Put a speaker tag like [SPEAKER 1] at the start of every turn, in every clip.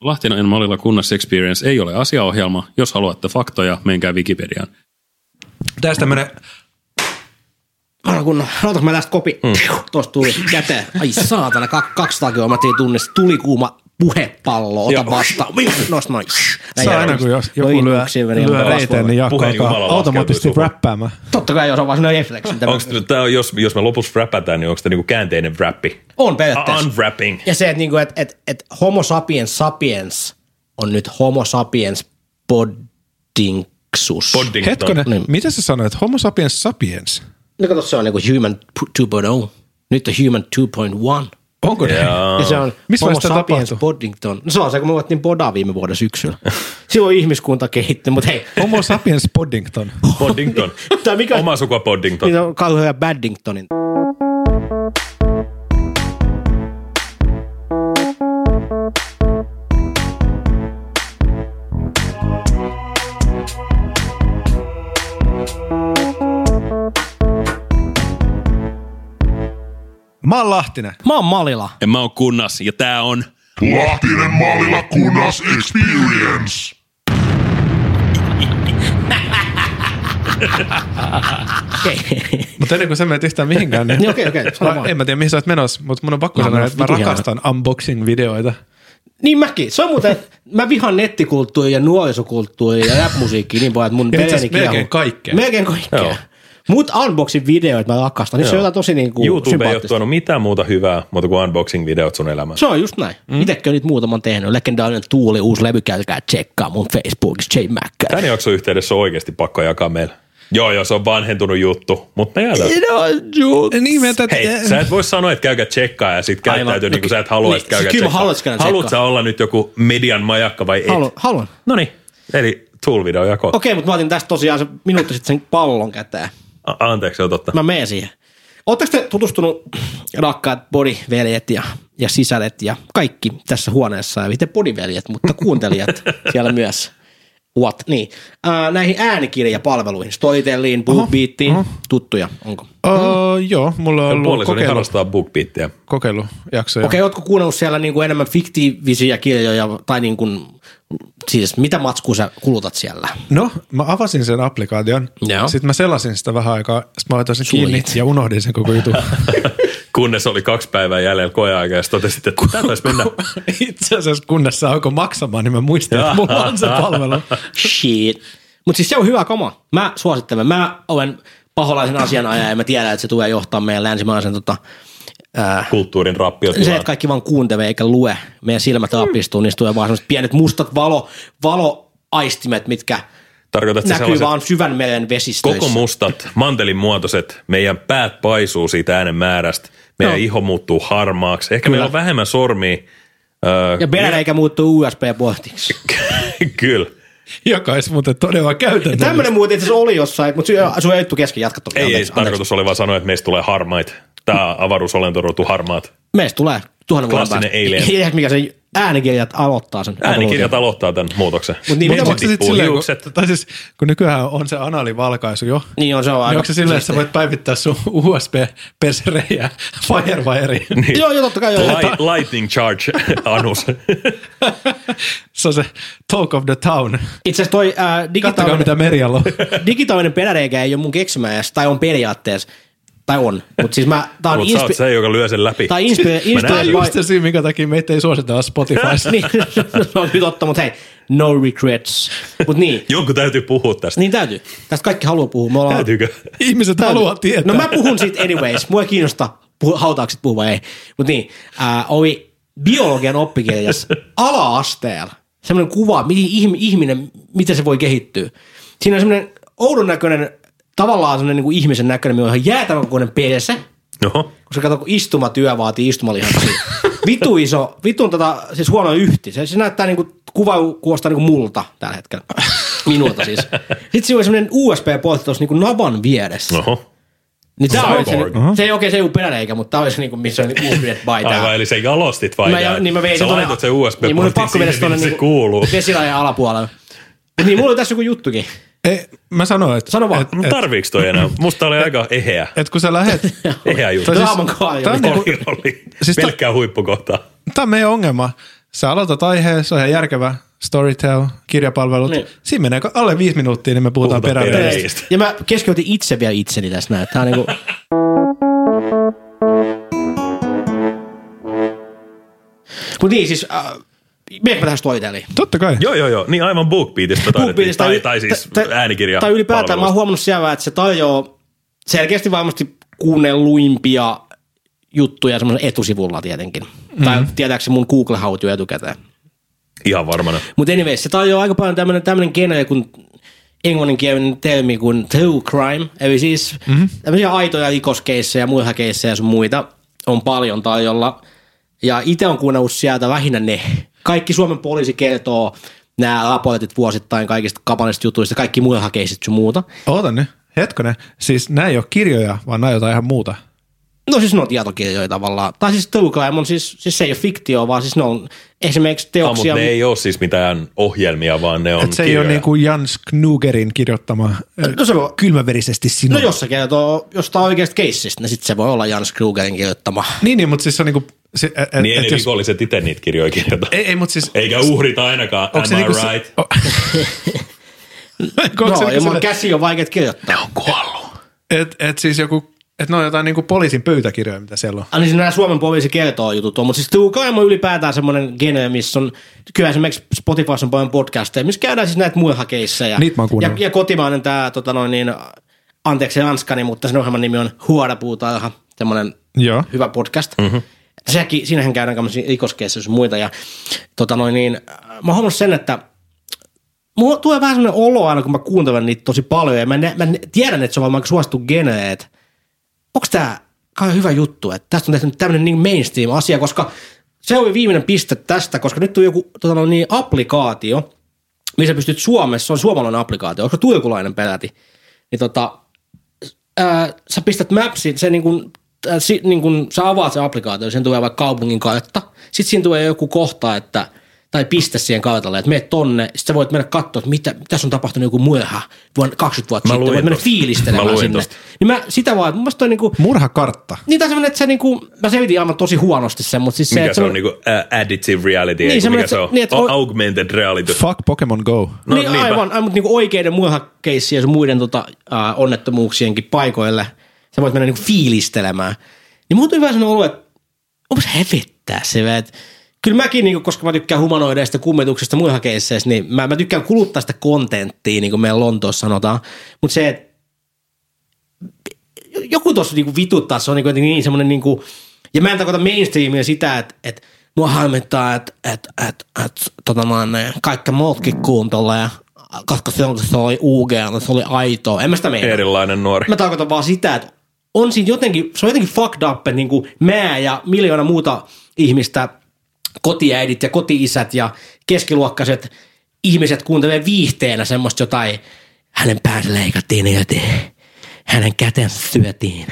[SPEAKER 1] Lahtinen mallilla kunnassa Experience ei ole asiaohjelma. Jos haluatte faktoja, menkää Wikipediaan.
[SPEAKER 2] Tässä tämmönen,
[SPEAKER 3] Anna kunnon. Otanko mä tästä kopi? Mm. Tuosta tuli käteen. Ai saatana, kak- 200 kilometriä tunnissa. Tuli kuuma puhepallo, ota vasta. Nosta noin.
[SPEAKER 4] Se on
[SPEAKER 3] Näin
[SPEAKER 4] aina,
[SPEAKER 3] järjestys.
[SPEAKER 4] kun jos joku
[SPEAKER 3] Noin
[SPEAKER 4] lyö,
[SPEAKER 3] yksi meni.
[SPEAKER 4] lyö reiteen, niin Jaakko
[SPEAKER 5] Puheen
[SPEAKER 4] alkaa
[SPEAKER 5] jumala
[SPEAKER 4] automaattisesti
[SPEAKER 5] laskeutuu suhun.
[SPEAKER 4] räppäämään.
[SPEAKER 3] Totta kai, jos on vaan sellainen refleksi. mitä mä-
[SPEAKER 5] Onks, No, tää on, jos, jos me lopussa räpätään, niin onko tämä niinku käänteinen rappi?
[SPEAKER 3] On periaatteessa.
[SPEAKER 5] Unwrapping.
[SPEAKER 3] Ja se, että niinku, et, et, et homo sapiens sapiens on nyt homo sapiens poddingsus. Pod-
[SPEAKER 5] Poddington.
[SPEAKER 4] Hetkonen,
[SPEAKER 3] Niin.
[SPEAKER 4] mitä sä sanoit? Homo sapiens sapiens?
[SPEAKER 3] no kato, se on niinku human p- 2.0. Nyt on human 2.1.
[SPEAKER 4] Onko niin? yeah.
[SPEAKER 3] Ja se on
[SPEAKER 4] Missä
[SPEAKER 3] Homo
[SPEAKER 4] vaiheessa tämä
[SPEAKER 3] sapiens
[SPEAKER 4] tapahtui?
[SPEAKER 3] Poddington. No se on se, kun me voitiin podaa viime vuoden syksyllä. Silloin ihmiskunta kehittynyt, mutta hei,
[SPEAKER 4] ne? Homo sapiens Poddington.
[SPEAKER 5] Poddington.
[SPEAKER 3] Tää mikä-
[SPEAKER 5] Oma sukua Poddington.
[SPEAKER 3] niitä on kauhean Baddingtonin.
[SPEAKER 4] Mä oon Lahtinen.
[SPEAKER 3] Mä oon Malila.
[SPEAKER 1] En mä oon kunnas, ja tää on...
[SPEAKER 6] Lahtinen mallilla kunnas experience.
[SPEAKER 4] Mutta ennen kuin sä menet yhtään mihinkään, niin...
[SPEAKER 3] Niin okei, okei, sano
[SPEAKER 4] mä,
[SPEAKER 3] vaan.
[SPEAKER 4] en mä tiedä, mihin sä oot menossa, mutta mun on pakko
[SPEAKER 3] Mä oon
[SPEAKER 4] sanoa, että mä
[SPEAKER 3] menossa
[SPEAKER 4] rakastan unboxing-videoita.
[SPEAKER 3] Niin mäkin. Se on muuten, mä vihan nettikulttuuria ja nuorisokulttuuria ja rap-musiikkia niin paljon, että mun
[SPEAKER 4] Ja itse asiassa
[SPEAKER 3] vereni kiehuu.
[SPEAKER 4] melkein kaikkea.
[SPEAKER 3] Melkein
[SPEAKER 5] Joo.
[SPEAKER 3] kaikkea. Mut unboxin videoit mä rakastan. Niin se on jotain tosi niinku
[SPEAKER 5] YouTube ei ole
[SPEAKER 3] sympaattista.
[SPEAKER 5] tuonut mitään muuta hyvää, mutta kuin unboxing-videot sun elämään.
[SPEAKER 3] Se on just näin. Mm. Itsekin on niitä muutaman tehnyt. Legendaarinen Tuuli, uusi levy, käykää tsekkaa mun Facebookissa, J. Mac.
[SPEAKER 5] Tämän jakson yhteydessä on oikeasti pakko jakaa meillä. Joo, joo, se on vanhentunut juttu, mutta me jäädään.
[SPEAKER 3] No, just.
[SPEAKER 4] Niin, mä jätän,
[SPEAKER 5] Hei, sä et voi sanoa, että käykää tsekkaa ja sit käyttäytyy
[SPEAKER 3] no
[SPEAKER 5] niin kuin
[SPEAKER 3] ky-
[SPEAKER 5] sä et halua,
[SPEAKER 3] niin,
[SPEAKER 5] että käykää
[SPEAKER 3] kyllä mä
[SPEAKER 5] tsekkaa.
[SPEAKER 3] haluan, että käydään
[SPEAKER 5] Haluat sä
[SPEAKER 3] tsekkaa.
[SPEAKER 5] olla nyt joku median majakka vai et?
[SPEAKER 3] Haluan, haluan.
[SPEAKER 5] No niin, eli Tool-video jako. Okay.
[SPEAKER 3] Okei, mutta mä otin tästä tosiaan se minuutti sitten sen pallon käteen.
[SPEAKER 5] A- anteeksi, se on totta.
[SPEAKER 3] Mä menen siihen. Oletteko te tutustunut rakkaat podiveljet ja, ja sisäret ja kaikki tässä huoneessa ja miten podiveljet, mutta kuuntelijat siellä myös. What? Niin. Ää, näihin äänikirjapalveluihin, Storytelliin, BookBeatiin, tuttuja, onko? Okei,
[SPEAKER 4] Oh, joo, mulla on
[SPEAKER 5] Mun
[SPEAKER 4] ollut
[SPEAKER 5] Puolisoni
[SPEAKER 4] kokeilu,
[SPEAKER 5] harrastaa BookBeatia.
[SPEAKER 4] kokeilujaksoja.
[SPEAKER 3] okay, ootko kuunnellut siellä niinku enemmän fiktiivisiä kirjoja tai niinku, siis mitä matskua sä kulutat siellä?
[SPEAKER 4] No, mä avasin sen applikaation,
[SPEAKER 3] Joo.
[SPEAKER 4] sitten mä selasin sitä vähän aikaa, sitten mä laitoin sen kiinni
[SPEAKER 3] Suljit.
[SPEAKER 4] ja unohdin sen koko jutun.
[SPEAKER 5] Kunnes oli kaksi päivää jäljellä koeaikaa ja sit totesit, että tää taisi mennä.
[SPEAKER 4] Itse asiassa kunnes sä alkoi maksamaan, niin mä muistin, että mulla on se palvelu.
[SPEAKER 3] Shit. Mutta siis se on hyvä kama. Mä suosittelen. Mä olen paholaisen asianajaja ja mä tiedän, että se tulee johtaa meidän länsimaisen tota, äh,
[SPEAKER 5] Kulttuurin rappio.
[SPEAKER 3] se, että kaikki vaan kuuntelee eikä lue. Meidän silmät apistuu, niistä tulee vaan sellaiset pienet mustat valo, valoaistimet, mitkä
[SPEAKER 5] Tarkoitatko sä
[SPEAKER 3] näkyy
[SPEAKER 5] sellaiset
[SPEAKER 3] vaan syvän meren vesistöissä.
[SPEAKER 5] koko mustat, mantelin muotoiset, meidän päät paisuu siitä äänen määrästä, meidän no. iho muuttuu harmaaksi, ehkä Kyllä. meillä on vähemmän sormia. Öö,
[SPEAKER 3] ja perä eikä muuttuu USB-pohtiksi.
[SPEAKER 5] Kyllä.
[SPEAKER 4] Joka olisi muuten todella käytännöllistä.
[SPEAKER 3] Tämmöinen muuten itse asiassa oli jossain, mutta sun ei juttu kesken jatka toki.
[SPEAKER 5] Ei, ei
[SPEAKER 3] Anteeksi,
[SPEAKER 5] se tarkoitus oli vaan sanoa, että meistä tulee harmaita. Tämä avaruusolento rotu harmaat.
[SPEAKER 3] anteeksi. Meistä tulee tuhannen vuoden
[SPEAKER 5] Klassinen alien.
[SPEAKER 3] Ei mikä se äänikirjat aloittaa sen.
[SPEAKER 5] Äänikirjat aloittaa tämän muutoksen.
[SPEAKER 3] Mut niin,
[SPEAKER 4] Mutta
[SPEAKER 3] mitä Mut
[SPEAKER 4] onko se sitten
[SPEAKER 5] tippuu
[SPEAKER 4] silleen, kun,
[SPEAKER 5] hiukset.
[SPEAKER 4] tai siis, kun nykyään on se analivalkaisu jo, niin,
[SPEAKER 3] Niin on, se on
[SPEAKER 4] niin
[SPEAKER 3] aika.
[SPEAKER 4] onko se silleen, että sä voit päivittää sun usb perserejä Firewireen?
[SPEAKER 5] Niin.
[SPEAKER 3] Joo, joo, totta kai joo.
[SPEAKER 5] Light, lightning charge, anus.
[SPEAKER 4] Se on se talk of the town.
[SPEAKER 3] Itse asiassa toi ää,
[SPEAKER 4] Kattokaa,
[SPEAKER 3] digitaalinen,
[SPEAKER 4] mitä Merjalla on.
[SPEAKER 3] digitaalinen peräreikä ei ole mun keksimä edes, tai on periaatteessa, tai on, mutta siis mä, tää on
[SPEAKER 5] Mutta sä oot
[SPEAKER 3] inspi-
[SPEAKER 5] se, joka lyö sen läpi.
[SPEAKER 3] tai inspi-
[SPEAKER 4] Tämä on
[SPEAKER 3] inspired
[SPEAKER 4] just se
[SPEAKER 3] by,
[SPEAKER 4] syy, minkä takia meitä ei suositella Spotifyssa.
[SPEAKER 3] niin, se on nyt totta, mutta hei, no regrets, mutta niin,
[SPEAKER 5] Jonkun täytyy puhua tästä.
[SPEAKER 3] niin täytyy, tästä kaikki haluaa puhua, me ollaan,
[SPEAKER 5] Täytyykö?
[SPEAKER 4] Ihmiset haluaa tietää.
[SPEAKER 3] no mä puhun siitä anyways, mua ei kiinnosta, puhu, hautaukset puhua vai ei, mutta niin, ää, oli biologian oppikirjassa ala-asteella semmoinen kuva, mihin ihm- ihminen, miten se voi kehittyä. Siinä on semmoinen oudon näköinen, tavallaan semmoinen niin kuin ihmisen näköinen, millä on ihan jäätävän kokoinen perse,
[SPEAKER 5] Oho.
[SPEAKER 3] koska kato, kun istumatyö vaatii istumalihaksia. Vitu iso, vitun tota, siis huono yhti. Se, se näyttää niinku, kuva kuostaa niinku multa tällä hetkellä. Minulta siis. Sitten siinä oli semmoinen USB-poltti tuossa niinku navan vieressä. No.
[SPEAKER 5] Oho.
[SPEAKER 3] Niin tää oli se,
[SPEAKER 5] Cyborg.
[SPEAKER 3] se ei oikein se ei ollut peräreikä, mutta tää oli se niinku, missä on uudet by
[SPEAKER 5] Aivan,
[SPEAKER 3] tää.
[SPEAKER 5] eli sä jalostit vai?
[SPEAKER 3] Mä, ja,
[SPEAKER 5] näin?
[SPEAKER 3] niin mä vein
[SPEAKER 5] sä
[SPEAKER 3] tonne-
[SPEAKER 5] laitat sen usb
[SPEAKER 3] Niin mun oli pakko viedä
[SPEAKER 5] siihen,
[SPEAKER 3] tuonne
[SPEAKER 5] minne se kuuluu.
[SPEAKER 3] vesilajan alapuolelle. Niin mulla oli tässä joku juttukin.
[SPEAKER 4] Ei, mä sanoin, että,
[SPEAKER 3] Sano vaan.
[SPEAKER 4] että,
[SPEAKER 5] No tarviiks toi enää? Musta tää oli aika eheä.
[SPEAKER 4] että kun sä lähet...
[SPEAKER 5] Eheä juttu.
[SPEAKER 4] Tai siis-
[SPEAKER 3] Draaman kaari
[SPEAKER 4] tää on
[SPEAKER 3] oli.
[SPEAKER 4] niinku-
[SPEAKER 5] Oli, oli.
[SPEAKER 4] Siis
[SPEAKER 5] Pelkkää huippukohtaa.
[SPEAKER 4] Tämä on meidän ongelma. Sä aloitat aiheen, se on ihan järkevä storytell, kirjapalvelut.
[SPEAKER 3] Niin.
[SPEAKER 4] Niin. Siinä menee alle viisi minuuttia, niin me puhutaan,
[SPEAKER 5] Puhutaan
[SPEAKER 4] puhutaan
[SPEAKER 5] perävedestä.
[SPEAKER 4] perävedestä.
[SPEAKER 5] Oikeesti.
[SPEAKER 3] Ja mä keskeytin itse vielä itseni tässä näin. Tää on niinku... Mut niin siis, äh, meneekö mä tähän storytelliin?
[SPEAKER 4] Totta kai.
[SPEAKER 5] Joo, joo, joo. Niin aivan BookBeatista taidettiin.
[SPEAKER 3] Bookbeatista
[SPEAKER 5] Tai,
[SPEAKER 3] yli-
[SPEAKER 5] tai siis
[SPEAKER 3] tai- tai-
[SPEAKER 5] äänikirja.
[SPEAKER 3] Tai ylipäätään mä oon
[SPEAKER 5] palvelusta.
[SPEAKER 3] huomannut siellä, että se tarjoaa selkeästi varmasti kuunnelluimpia juttuja semmoisen etusivulla tietenkin. Mm-hmm. Tai tietääkseni mun Google-hautu etukäteen.
[SPEAKER 5] Ihan varmana.
[SPEAKER 3] Mutta anyways, se tarjoaa aika paljon tämmöinen tämmönen genre kuin englanninkielinen termi kuin true crime. Eli siis
[SPEAKER 5] Mhm.
[SPEAKER 3] mm-hmm. tämmöisiä aitoja rikoskeissejä, murhakeissejä ja sun muita on paljon tarjolla. Ja itse on kuunnellut sieltä lähinnä ne. Kaikki Suomen poliisi kertoo nämä raportit vuosittain kaikista kapallisista jutuista, kaikki murhakeissit sun muuta.
[SPEAKER 4] Oota nyt, hetkonen. Siis nämä ei ole kirjoja, vaan nämä on jotain ihan muuta.
[SPEAKER 3] No siis ne on tietokirjoja tavallaan. Tai siis true crime on siis, siis se ei ole fiktio, vaan siis ne on esimerkiksi
[SPEAKER 5] Ah,
[SPEAKER 3] teoksia.
[SPEAKER 5] mutta ne ei ole siis mitään ohjelmia, vaan ne on
[SPEAKER 4] Et se ei
[SPEAKER 5] kirjoja.
[SPEAKER 4] ole niin kuin Jans Knugerin kirjoittama
[SPEAKER 3] No se voi-
[SPEAKER 4] kylmäverisesti sinun.
[SPEAKER 3] No jos se kertoo jostain oikeasta keissistä, niin sitten se voi olla Jans Krugerin kirjoittama.
[SPEAKER 4] Niin, niin, mutta siis se on niinku, se, et,
[SPEAKER 5] Niin ei
[SPEAKER 4] et
[SPEAKER 5] ne
[SPEAKER 4] jos,
[SPEAKER 5] rikolliset itse niitä kirjoja kirjoita.
[SPEAKER 4] ei, ei, mutta siis,
[SPEAKER 5] Eikä uhrit ainakaan. Am
[SPEAKER 4] onko se
[SPEAKER 5] I
[SPEAKER 4] niinku
[SPEAKER 5] right?
[SPEAKER 4] se, o, Onko
[SPEAKER 3] No,
[SPEAKER 4] se
[SPEAKER 3] ja
[SPEAKER 4] niinku
[SPEAKER 3] mun
[SPEAKER 4] sille-
[SPEAKER 3] käsi on vaikea kirjoittaa.
[SPEAKER 4] et, et siis joku, et ne on jotain niinku poliisin pöytäkirjoja, mitä siellä on.
[SPEAKER 3] Aina siis nämä Suomen poliisi kertoo jutut on, mutta siis True Crime on ylipäätään semmoinen genre, missä on, kyllä esimerkiksi Spotifyssa on paljon podcasteja, missä käydään siis näitä murhakeisseja.
[SPEAKER 4] Niitä mä oon
[SPEAKER 3] ja,
[SPEAKER 4] kuunnellut.
[SPEAKER 3] ja kotimainen tämä, tota noin niin, anteeksi ranskani, mutta sen ohjelman nimi on Huorapuutarha, semmoinen
[SPEAKER 4] Joo.
[SPEAKER 3] hyvä podcast. Mm-hmm. Sekin, siinähän käydään tämmöisiä rikoskeissä jos muita. Ja, tota noin, niin, äh, mä oon huomannut sen, että mulla tulee vähän semmoinen olo aina, kun mä kuuntelen niitä tosi paljon. Ja mä, nä- mä nä- tiedän, että se on varmaan suosittu genre, että onko tämä kai hyvä juttu, että tästä on tehty tämmöinen niin mainstream-asia, koska se oli viimeinen piste tästä, koska nyt on joku tota noin, niin, applikaatio, missä pystyt Suomessa, se on suomalainen applikaatio, onko tuikulainen peräti, niin tota, ää, sä pistät mapsin, se niin kuin, ää, si, niin kuin, sä avaat sen applikaatio, sen tulee vaikka kaupungin kartta, sitten siinä tulee joku kohta, että tai piste siihen kartalle, että meet tonne, sitten sä voit mennä katsoa, että mitä, tässä on tapahtunut joku murha vuonna 20 vuotta
[SPEAKER 5] Mä
[SPEAKER 3] sitten,
[SPEAKER 5] luin
[SPEAKER 3] voit mennä
[SPEAKER 5] tosta.
[SPEAKER 3] fiilistelemään
[SPEAKER 5] Mä luin
[SPEAKER 3] sinne.
[SPEAKER 5] tosta.
[SPEAKER 3] Niin mä sitä vaan, että mun mielestä toi niinku,
[SPEAKER 4] Murhakartta.
[SPEAKER 3] niin tai semmoinen, että se niinku, mä selitin aivan tosi huonosti sen, mutta siis se,
[SPEAKER 5] Mikä
[SPEAKER 3] että
[SPEAKER 5] se on? Niinku, uh, additive reality. Niin,
[SPEAKER 3] semmoinen,
[SPEAKER 5] mikä se
[SPEAKER 3] että-
[SPEAKER 5] on?
[SPEAKER 3] niin, että
[SPEAKER 5] Au-
[SPEAKER 3] on-
[SPEAKER 5] augmented reality.
[SPEAKER 4] Fuck Pokemon Go.
[SPEAKER 5] No,
[SPEAKER 3] No, niin
[SPEAKER 5] niinpä.
[SPEAKER 3] aivan, aivan mutta niinku oikeiden murhakeissien ja sun muiden tota, äh, onnettomuuksienkin paikoille. Sä voit mennä niinku fiilistelemään. Niin muuten hyvä sanoa olo, että onpas hävettää se, että kyllä mäkin, niinku, koska mä tykkään humanoideista kummetuksista murhakeisseissa, niin mä, mä tykkään kuluttaa sitä kontenttia, niin kuin meillä Lontoossa sanotaan. Mutta se, että joku tuossa niinku vituttaa, se on niinku jotenkin niin semmoinen niinku, ja mä en tarkoita mainstreamia sitä, että et, mua harmittaa, että et, et, et, tota noin, ne kaikki muutkin kuuntelee, koska se, on- se oli UG, se oli aitoa. En mä sitä meinaa.
[SPEAKER 5] Niin. Erilainen nuori.
[SPEAKER 3] Mä tarkoitan vaan sitä, että on siinä jotenkin, se on jotenkin fucked up, että niin kuin mä ja miljoona muuta ihmistä, kotiäidit ja kotiisät ja keskiluokkaiset ihmiset kuuntelee viihteenä semmoista jotain, hänen päänsä leikattiin irti, hänen kätensä syötiin,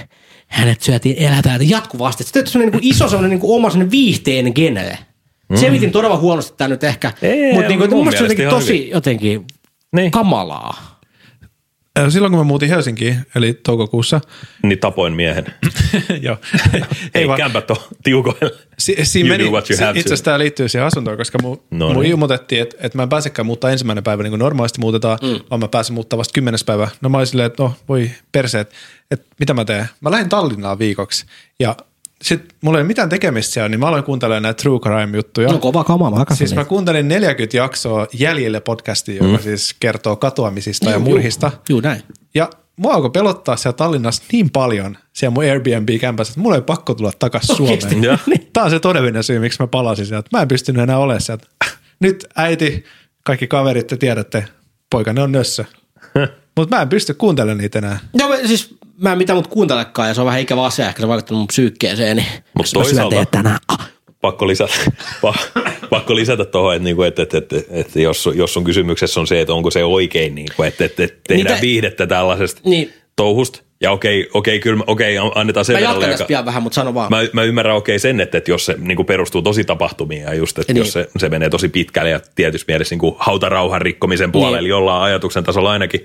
[SPEAKER 3] hänet syötiin eläpäältä jatkuvasti. Se on semmoinen niin kuin iso semmoinen niin kuin oma semmoinen viihteen genre. Mm. Selitin todella huonosti tämä nyt ehkä,
[SPEAKER 5] Ei,
[SPEAKER 3] mutta niin kuin,
[SPEAKER 5] mun
[SPEAKER 3] mun mielestä se on
[SPEAKER 5] mielestä
[SPEAKER 3] jotenkin tosi
[SPEAKER 5] ihan
[SPEAKER 3] jotenkin
[SPEAKER 5] Niin.
[SPEAKER 3] kamalaa.
[SPEAKER 4] Ö, Äh, Silloin kun mä muutin Helsinkiin, eli toukokuussa,
[SPEAKER 5] Niin tapoin miehen.
[SPEAKER 4] joo,
[SPEAKER 5] Ei
[SPEAKER 4] ei vaan,
[SPEAKER 5] kämpät on tiukoilla.
[SPEAKER 4] si,
[SPEAKER 5] You
[SPEAKER 4] siinä meni,
[SPEAKER 5] do what you
[SPEAKER 4] si,
[SPEAKER 5] have to.
[SPEAKER 4] itse asiassa tämä liittyy siihen asuntoon, koska mu,
[SPEAKER 5] No
[SPEAKER 4] mu
[SPEAKER 5] niin.
[SPEAKER 4] ilmoitettiin, että et mä en pääsekään muuttaa ensimmäinen päivä niin kuin normaalisti muutetaan, mm. vaan mä pääsen muuttaa vasta kymmenes päivä. No mä olin silleen, että no voi perseet, että mitä mä teen? Mä lähdin Tallinnaan viikoksi ja sitten mulla ei ole mitään tekemistä siellä, niin mä aloin kuuntelemaan näitä true crime juttuja.
[SPEAKER 3] No kova kamaa, mä hakasin
[SPEAKER 4] Siis
[SPEAKER 3] niitä.
[SPEAKER 4] mä kuuntelin 40 jaksoa jäljelle podcastia, joka mm. siis kertoo katoamisista ja murhista.
[SPEAKER 3] Juu, näin.
[SPEAKER 4] Ja mua alkoi pelottaa siellä Tallinnassa niin paljon siellä mun Airbnb-kämpässä, että mulla ei pakko tulla takaisin
[SPEAKER 3] Oikeesti?
[SPEAKER 4] Suomeen.
[SPEAKER 5] Joo.
[SPEAKER 4] Tämä on se todellinen syy, miksi mä palasin sieltä. Mä en pystynyt enää olemaan sieltä. Nyt äiti, kaikki kaverit, te tiedätte, poikanne on nössö. Mutta mä en pysty kuuntelemaan niitä enää.
[SPEAKER 3] No mä- siis mä en mitään mut kuuntelekaan ja se on vähän ikävä asia, ehkä se on vaikuttanut mun psyykkeeseen. niin
[SPEAKER 5] Mut toisaalta-
[SPEAKER 3] tänään. Ah.
[SPEAKER 5] pakko lisätä, pa, pakko lisätä tuohon, että, niinku, että, että, että, että jos, sun- jos sun kysymyksessä on se, että onko se oikein, niinku, että, että, että tehdään
[SPEAKER 3] Niitä-
[SPEAKER 5] viihdettä tällaisesta
[SPEAKER 3] Niin.
[SPEAKER 5] touhusta, ja okei, okei, kyllä, mä- okei, an- annetaan sen
[SPEAKER 3] Mä
[SPEAKER 5] verran
[SPEAKER 3] jatkan tästä
[SPEAKER 5] leika-
[SPEAKER 3] vielä vähän, mutta sano vaan.
[SPEAKER 5] Mä, mä ymmärrän okei sen, että, että jos se niin perustuu tosi tapahtumiin ja just, että
[SPEAKER 3] Niin.
[SPEAKER 5] niin. jos se, se menee tosi pitkälle ja tietysti mielessä niin kuin hautarauhan rikkomisen puolelle,
[SPEAKER 3] Niin.
[SPEAKER 5] niin. jollain ajatuksen tasolla ainakin,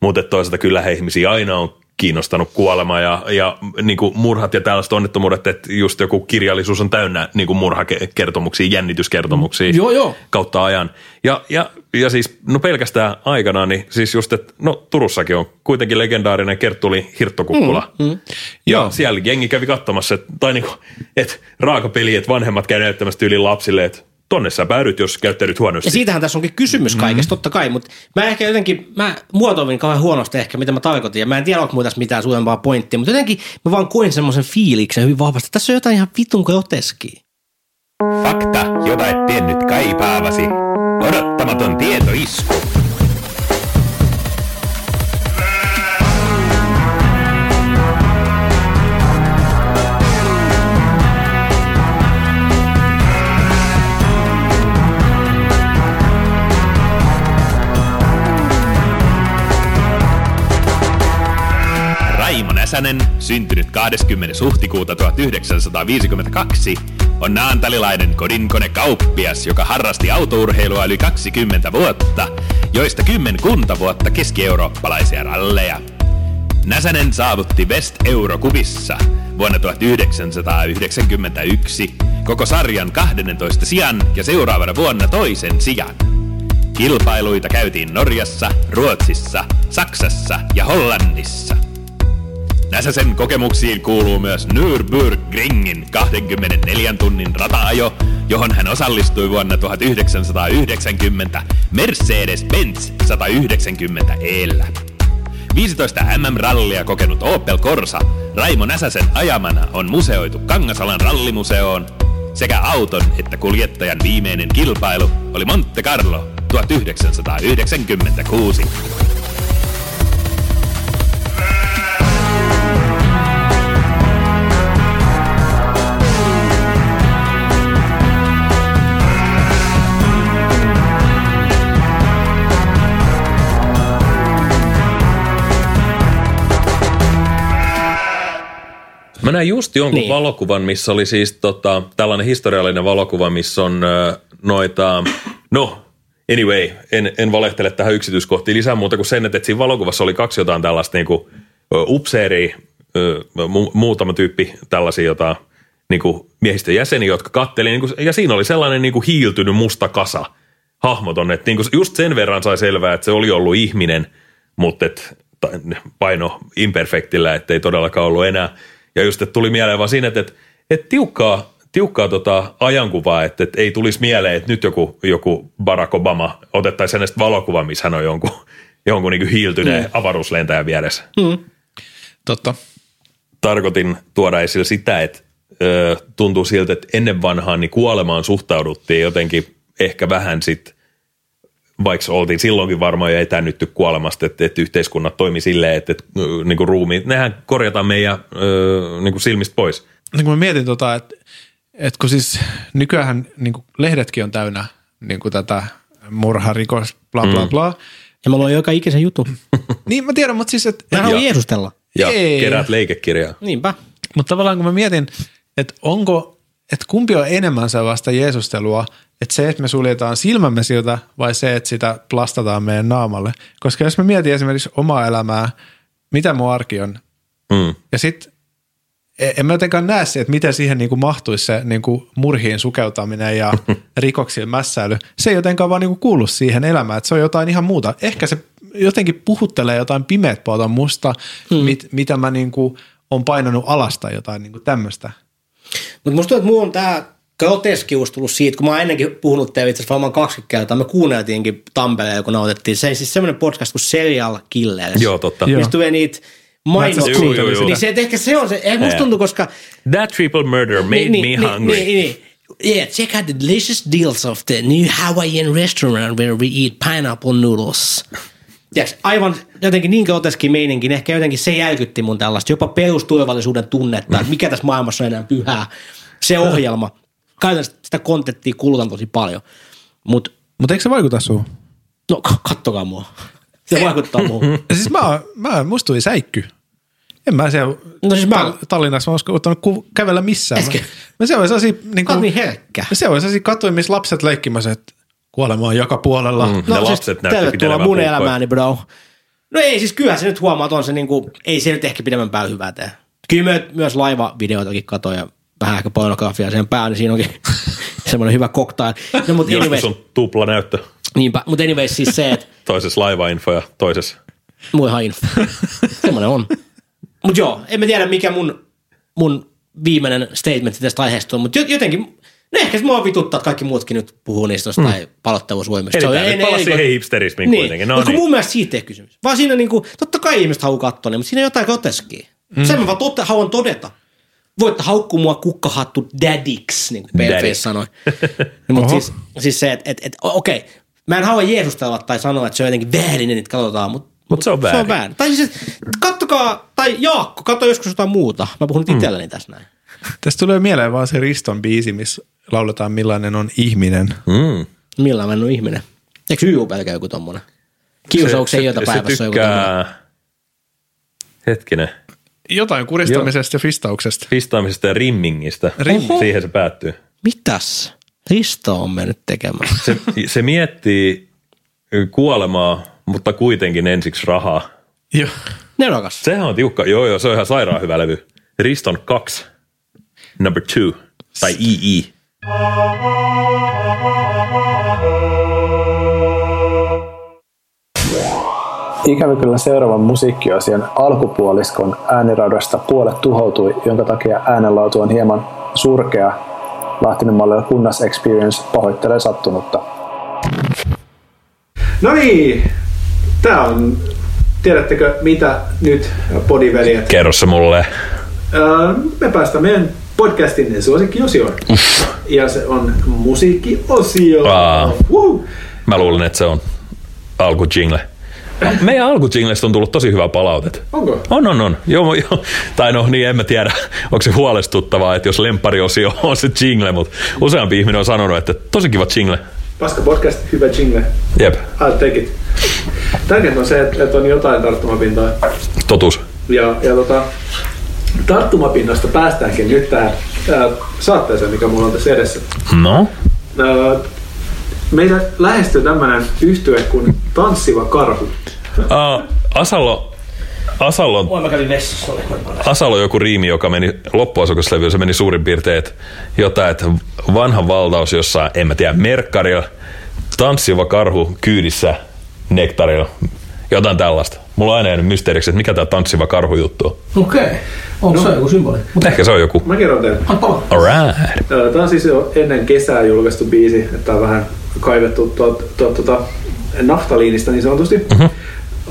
[SPEAKER 5] mutta että toisaalta kyllähän ihmisiä aina on kiinnostanut kuolema ja, ja niin kuin murhat ja tällaiset onnettomuudet, että just joku kirjallisuus on täynnä niin kuin murhakertomuksia, jännityskertomuksia
[SPEAKER 3] Joo, joo.
[SPEAKER 5] kautta ajan. Ja, ja, ja siis no pelkästään aikanaan, niin siis just, että no Turussakin on kuitenkin legendaarinen Kerttuli Hirttokukkula. Mm, mm. Ja Joo. siellä jengi kävi katsomassa, että, tai niinku, että raakapeli, että vanhemmat käy näyttämässä tyyliin lapsille, että tonne sä päädyt, jos käyttäydyt huonosti.
[SPEAKER 3] Ja siitähän tässä onkin
[SPEAKER 5] Mhm.
[SPEAKER 3] kysymys kaikesta, totta kai, mutta mä ehkä jotenkin, mä muotoilin kauhean huonosti ehkä, mitä mä tarkoitin, ja mä en tiedä, onko mulla tässä mitään suurempaa pointtia, mutta jotenkin mä vaan koin semmoisen fiiliksen hyvin vahvasti, että tässä on jotain ihan vitun groteskiä.
[SPEAKER 7] Fakta, jota et tiennyt kaipaavasi. Odottamaton tietoisku. Raimo Näsänen, syntynyt 20. huhtikuuta 1952, on naantalilainen kodinkonekauppias, joka harrasti autourheilua yli 20 vuotta, joista kymmenkunta vuotta keski-eurooppalaisia ralleja. Näsänen saavutti West Eurokuvissa vuonna 1991 koko sarjan 12 sijan ja seuraavana vuonna toisen sijan. Kilpailuita käytiin Norjassa, Ruotsissa, Saksassa ja Hollannissa. Näsäsen kokemuksiin kuuluu myös Nürburgringin 24 tunnin rataajo, johon hän osallistui vuonna 1990 Mercedes-Benz 190 eellä. 15 MM-rallia kokenut Opel Corsa Raimo Näsäsen ajamana on museoitu Kangasalan rallimuseoon. Sekä auton että kuljettajan viimeinen kilpailu oli Monte Carlo 1996.
[SPEAKER 5] Mä näin just jonkun
[SPEAKER 3] Niin.
[SPEAKER 5] niin. valokuvan, missä oli siis tota, tällainen historiallinen valokuva, missä on ö, noita, no anyway, en, en valehtele tähän yksityiskohtiin lisää muuta kuin sen, että et siinä valokuvassa oli kaksi jotain tällaista niinku, ö, upseeria, ö, mu, muutama tyyppi tällaisia jotain niinku, miehistön jäseniä, jotka katteli, niinku, ja siinä oli sellainen niinku, hiiltynyt musta kasa hahmoton, että niinku, just sen verran sai selvää, että se oli ollut ihminen, mutta et, ta- paino imperfektillä, ettei todellakaan ollut enää. Ja just, että tuli mieleen vaan siinä, että, että, että tiukkaa, tiukkaa tota ajankuvaa, että, että ei tulisi mieleen, että nyt joku, joku Barack Obama otettaisiin hänestä valokuva, missä hän on jonkun, jonkun niin hiiltyneen mm. avaruuslentäjän vieressä. Mm.
[SPEAKER 4] Totta.
[SPEAKER 5] Tarkoitin tuoda esille sitä, että ö, tuntuu siltä, että ennen vanhaan niin kuolemaan suhtauduttiin jotenkin ehkä vähän sit, vaikka oltiin silloinkin varmaan jo etännytty kuolemasta, että, että yhteiskunnat toimi silleen, että, että niin kuin ruumiit, nehän korjataan meidän ö, niin kuin silmistä pois.
[SPEAKER 4] niin kun mä mietin tota, että et kun siis nykyään niin lehdetkin on täynnä niin tätä murharikos, bla bla bla.
[SPEAKER 3] Ja mä luin joka ikisen jutun.
[SPEAKER 4] Niin mä tiedän, mutta siis, että
[SPEAKER 3] Mä
[SPEAKER 4] et,
[SPEAKER 3] haluan
[SPEAKER 5] Ja-
[SPEAKER 3] Jeesustella.
[SPEAKER 5] Ja
[SPEAKER 4] Ei.
[SPEAKER 5] Ei. keräät leikekirjaa.
[SPEAKER 3] Niinpä.
[SPEAKER 4] mut tavallaan kun mä mietin, että onko, että kumpi on enemmän sellaista Jeesustelua, että se, että me suljetaan silmämme siltä vai se, että sitä plastataan meidän naamalle. Koska jos mä mietin esimerkiksi omaa elämää, mitä mun arki on,
[SPEAKER 5] Mm.
[SPEAKER 4] Ja sitten en mä jotenkaan näe se, että miten siihen niinku mahtuisi se niinku murhiin sukeutaminen ja rikoksien mässäily. Se ei jotenkaan vaan niinku kuulu siihen elämään, että se on jotain ihan muuta. Ehkä se jotenkin puhuttelee jotain pimeät puolta musta, hmm. mit, mitä mä niinku on painanut alasta jotain niinku tämmöistä.
[SPEAKER 3] Mutta musta tuntuu, että mulla on tämä groteskius tullut siitä, kun mä oon ennenkin puhunut teille itse asiassa varmaan 20 kertaa. Me kuunneltiinkin Tampereella, kun nautettiin. Se siis semmoinen podcast kuin Serial Killers.
[SPEAKER 5] Joo, totta.
[SPEAKER 4] Joo.
[SPEAKER 3] Mistä tulee niitä
[SPEAKER 4] Mä itse
[SPEAKER 3] mainoksia.
[SPEAKER 5] asiassa kuuntelin sitä.
[SPEAKER 3] Niin se, että ehkä se on se. Ehkä musta tuntuu, koska...
[SPEAKER 5] That triple murder made
[SPEAKER 3] niin,
[SPEAKER 5] me hungry.
[SPEAKER 3] Niin, niin, niin. Yeah, check out the delicious deals of the new Hawaiian restaurant where we eat pineapple noodles. Tiedätkö, aivan jotenkin niin groteski meininkin, ehkä jotenkin se järkytti mun tällaista jopa perusturvallisuuden tunnetta, että mikä tässä maailmassa on enää pyhää. Se ohjelma. Käytännössä sitä kontenttia kulutan tosi paljon. Mutta
[SPEAKER 4] Mutta eikö se vaikuta suun?
[SPEAKER 3] no ka- kattokaa mua. Se vaikuttaa muuhun.
[SPEAKER 4] Ja siis mä, oon- mä musta tuli säikky. En mä siellä
[SPEAKER 3] No siis mä-
[SPEAKER 4] Tal- Tallinnassa, mä oon ottanut ku- kävellä missään. Mä,
[SPEAKER 3] Äsken.
[SPEAKER 4] mä siellä oli sellaisia, niin
[SPEAKER 3] Oot niin herkkä.
[SPEAKER 4] Se oli sellaisia katuja, missä lapset leikkimässä, että kuolema on joka puolella. Mm.
[SPEAKER 3] No
[SPEAKER 5] Ne lapset näytti
[SPEAKER 3] tervetuloa
[SPEAKER 5] pitelevän
[SPEAKER 3] siis mun
[SPEAKER 5] puukkoja.
[SPEAKER 3] elämääni, bro. No ei, siis kyllähän se nyt huomaa, että on se niinku, ei se nyt ehkä pidemmän hyvää tee. Kyllä me myös laivavideoitakin katoin ja vähän ehkä pornografiaa sen päälle, niin siinä onkin semmoinen hyvä koktaan. No, mutta anyways,
[SPEAKER 5] Joskus on tupla näyttö.
[SPEAKER 3] niinpä, mutta anyways siis se, että
[SPEAKER 5] Toisessa laivainfo ja toisessa.
[SPEAKER 3] muihan info. semmoinen on. Mutta joo, en mä tiedä mikä mun, mun viimeinen statement tästä aiheesta on, mutta jotenkin, no ehkä se mua vituttaa, että kaikki muutkin nyt puhuu niistä mm. tai palottavuusvoimista.
[SPEAKER 5] Eli
[SPEAKER 3] Se on-
[SPEAKER 5] nyt
[SPEAKER 3] ei-
[SPEAKER 5] pala
[SPEAKER 3] ei-
[SPEAKER 5] siihen hipsterismiin
[SPEAKER 3] niin.
[SPEAKER 5] kuitenkin. No
[SPEAKER 3] Mut kun
[SPEAKER 5] niin.
[SPEAKER 3] mun mielestä siitä ei ole kysymys. Vaan siinä niinku, totta kai ihmiset haluaa katsoa ne, mutta siinä on jotain groteskia. Mm. Sen mä vaan totta, haluan todeta. Voitte haukkua mua kukkahattu dadiksi, niin kuin
[SPEAKER 5] Daddy.
[SPEAKER 3] Babyface sanoi. mutta siis, siis se, että et, et, o- okei, mä en halua Jeesustella tai sanoa, että se on jotenkin väärin, että niitä katsotaan, mutta
[SPEAKER 5] Mut se on
[SPEAKER 3] se
[SPEAKER 5] väärin.
[SPEAKER 3] on väärin. Tai siis, et, kattokaa, tai Jaakko, katso joskus jotain muuta. Mä puhun
[SPEAKER 5] Mm.
[SPEAKER 3] nyt itselleni tässä näin.
[SPEAKER 4] Tästä tulee mieleen vaan se Riston biisi, missä lauletaan millainen on ihminen.
[SPEAKER 5] Mm.
[SPEAKER 3] Millä mä en ole ihminen. Eikö YU pelkä joku tommonen?
[SPEAKER 5] Se-
[SPEAKER 3] Kiusauksen
[SPEAKER 5] se-
[SPEAKER 3] jota
[SPEAKER 5] se
[SPEAKER 3] päivässä on joku tommonen.
[SPEAKER 5] tykkää... Hetkinen.
[SPEAKER 4] Jotain kuristamisesta ja fistauksesta.
[SPEAKER 5] Pistaamisesta ja rimmingistä.
[SPEAKER 4] Rim-
[SPEAKER 5] Siihen se päättyy.
[SPEAKER 3] Mitäs? Risto on mennyt tekemään.
[SPEAKER 5] Se, se miettii kuolemaa, mutta kuitenkin ensiksi rahaa.
[SPEAKER 4] Joo.
[SPEAKER 3] Nerokas.
[SPEAKER 5] Sehän on tiukka. Joo, joo, se on ihan sairaan hyvä levy. Riston 2, number 2, tai E II.
[SPEAKER 8] Ikävä kyllä seuraavan musiikkiasian alkupuoliskon ääniradasta puolet tuhoutui, jonka takia äänenlaatu on hieman surkea. Lahtinen mallilla kunnas experience pahoittelee sattunutta.
[SPEAKER 9] No niin, tää on, tiedättekö mitä nyt podiveljet?
[SPEAKER 5] Kerro se mulle.
[SPEAKER 9] Öö, me päästään meidän podcastin suosikkiosioon. Ja se on musiikkiosio.
[SPEAKER 5] Aa.
[SPEAKER 9] Woo!
[SPEAKER 5] Mä luulen, että se on alku jingle. Meidän alku jinglesta on tullut tosi hyvää palautet.
[SPEAKER 9] Onko?
[SPEAKER 5] On, on, on. Joo, joo. Tai no niin, en mä tiedä, onko se huolestuttavaa, että jos lemppariosio on se jingle, mutta useampi ihminen on sanonut, että tosi kiva jingle.
[SPEAKER 9] Paska podcast, hyvä jingle.
[SPEAKER 5] Jep,
[SPEAKER 9] I'll take it. Tärkeintä on se, että että on jotain tarttumapintaa.
[SPEAKER 5] totuus.
[SPEAKER 9] Ja, ja tota, tarttumapinnasta päästäänkin nyt tähän ää, saatteeseen, mikä mulla on tässä edessä.
[SPEAKER 5] No?
[SPEAKER 9] Ää, meitä lähestyy tämmönen yhtye kuin Tanssiva Karhu.
[SPEAKER 5] Uh, Asalo, Asalo
[SPEAKER 3] Oi mä kävin vessassa, oli
[SPEAKER 5] Asalo joku riimi, joka meni loppuasukaslevyyn, se meni suurin piirtein, että jotain, että vanha valtaus jossain, en mä tiedä, merkkarilla, tanssiva karhu kyydissä nektarilla, jotain tällaista. Mulla on aina jäänyt mysteeriksi, että mikä tämä tanssiva karhu juttu on.
[SPEAKER 3] Okei. Onko se joku symboli?
[SPEAKER 5] Mutta ehkä se on joku.
[SPEAKER 9] Mä kerron teille.
[SPEAKER 5] Alright.
[SPEAKER 9] Tämä on siis jo ennen kesää julkaistu biisi, että tää on vähän kaivettu tuota, tuota, tuota, naftaliinista niin sanotusti.
[SPEAKER 3] Mhm.
[SPEAKER 9] Mm-hmm.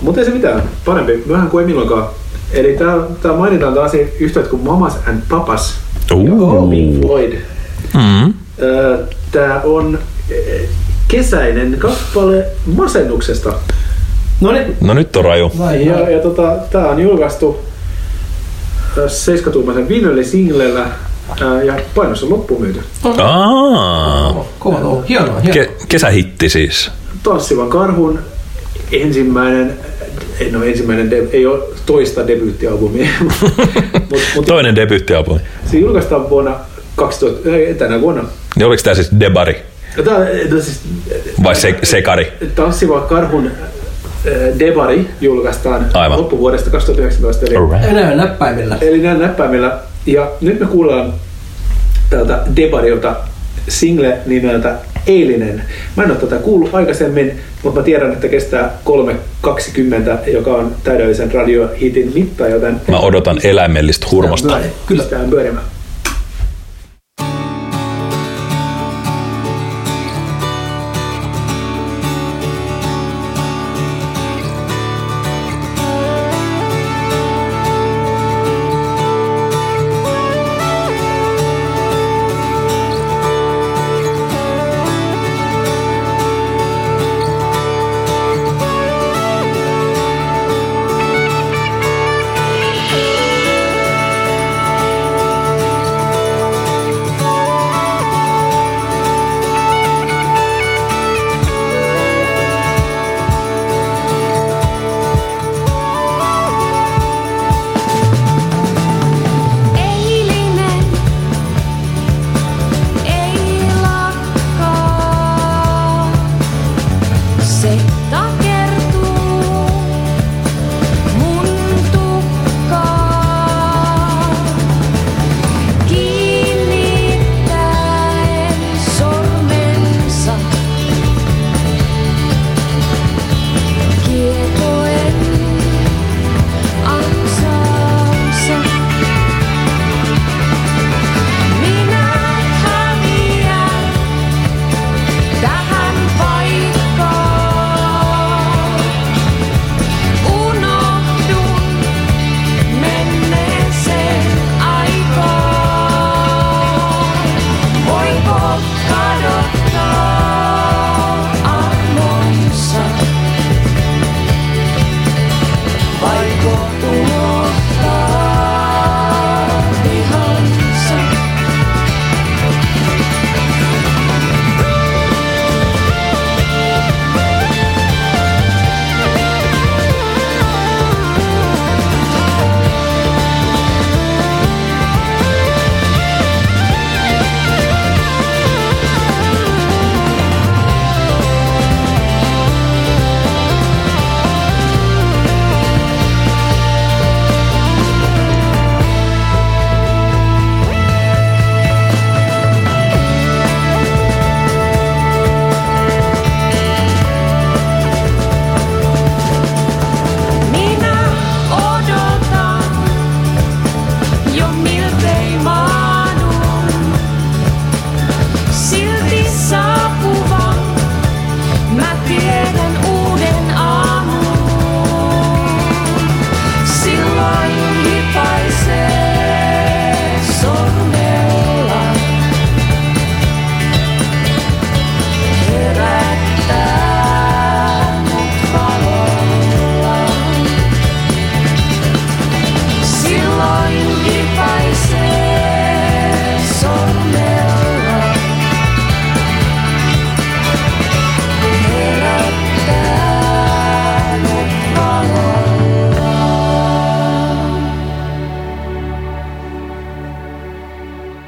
[SPEAKER 9] Mutta ei se mitään, parempi, vähän kuin ei milloinkaan. Eli tää, tää mainitaan taas yhtäät kuin Mamas and Papas,
[SPEAKER 5] Uh.
[SPEAKER 9] Pink Floyd.
[SPEAKER 3] Mhm.
[SPEAKER 5] Mm.
[SPEAKER 9] Öö, Tää on eh, kesäinen kappale masennuksesta.
[SPEAKER 3] No niin.
[SPEAKER 5] No nyt on raju.
[SPEAKER 3] Vai
[SPEAKER 9] Ja, ja tota, tää on julkaistu ö, seiskatuumaisen vinylle singlellä ja painossa loppumyyty.
[SPEAKER 5] Aa,
[SPEAKER 3] Kova tuo. Hienoa, hienoa.
[SPEAKER 5] ke- kesähitti siis.
[SPEAKER 9] Tanssivan karhun ensimmäinen, eh, no ensimmäinen, de- ei ole toista debyyttialbumia, mutta mut
[SPEAKER 5] Toinen debyyttialbumi.
[SPEAKER 9] se julkaistaan vuonna 2000, ei, tänä vuonna.
[SPEAKER 5] Ja oliko tämä siis debari
[SPEAKER 9] No Tää, no siis,
[SPEAKER 5] vai se- sekari?
[SPEAKER 9] Tanssiva karhun eh, Debari julkaistaan
[SPEAKER 5] Aivan.
[SPEAKER 9] loppuvuodesta 2019, eli,
[SPEAKER 5] Alright.
[SPEAKER 3] Enää näppäimillä.
[SPEAKER 9] eli näillä näppäimillä. Ja nyt me kuullaan tältä Debarilta single nimeltä Eilinen. Mä en ole tätä kuullut aikaisemmin, mutta mä tiedän, että kestää 3.20, joka on täydellisen radiohitin mitta, joten
[SPEAKER 5] Mä odotan eläimellistä hurmosta.
[SPEAKER 9] kyllä tämä pyörimään.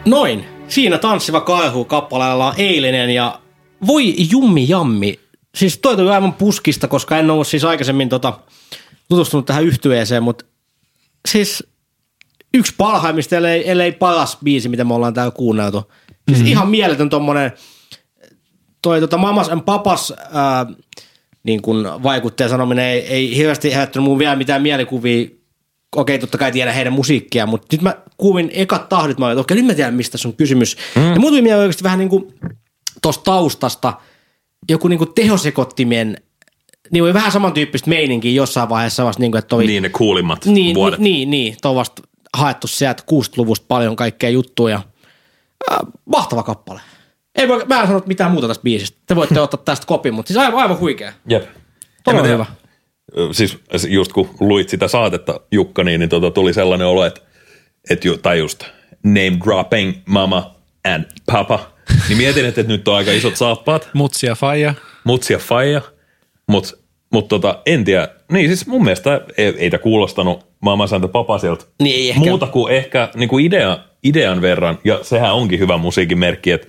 [SPEAKER 3] Noin. Siinä tanssiva kaihu kappaleella on eilinen ja voi jummi jammi. Siis toi tuli aivan puskista, koska en ollut siis aikaisemmin tota, tutustunut tähän yhtyeeseen, mutta siis yksi parhaimmista, ellei, ellei paras biisi, mitä me ollaan täällä kuunneltu. Siis mm-hmm. ihan mieletön tommonen, toi tota Mamas and Papas ää, niin kun vaikuttaja sanominen ei, ei hirveästi herättänyt mun vielä mitään mielikuvia. Okei, totta kai tiedän heidän musiikkia, mutta nyt mä kuulin ekat tahdit, mä olin, että okei, nyt mä tiedän, mistä sun kysymys. Mm. Ja muutui mieleen oikeasti vähän niin kuin tuosta taustasta joku niin kuin tehosekottimen, niin oli vähän samantyyppistä meininkiä jossain vaiheessa, vasta niin kuin, että oli,
[SPEAKER 5] Niin ne kuulimmat
[SPEAKER 3] niin,
[SPEAKER 5] vuodet. Niin,
[SPEAKER 3] Niin, niin, tuo on vasta haettu sieltä 60-luvusta paljon kaikkea juttuja. Äh, mahtava kappale. Ei, voi- mä en sanonut mitään muuta tästä biisistä. Te voitte ottaa tästä kopin, mutta siis aivan, aivan huikea.
[SPEAKER 5] niin. Jep.
[SPEAKER 3] Todella hyvä.
[SPEAKER 5] Siis just kun luit sitä saatetta, Jukka, niin, niin tota, tuli sellainen olo, että, että ju, tai just name dropping mama and papa. Niin mietin, että, että nyt on aika isot saappaat.
[SPEAKER 4] Mutsi ja faija.
[SPEAKER 5] mutsi ja faija, mutta mut tota, en tiedä. Niin siis mun mielestä ei, ei tämä kuulostanut maailmansääntö papasilta.
[SPEAKER 3] Niin ei ehkä.
[SPEAKER 5] Muuta kuin ehkä niin kuin idea, idean verran, ja sehän onkin hyvä musiikin merkki, että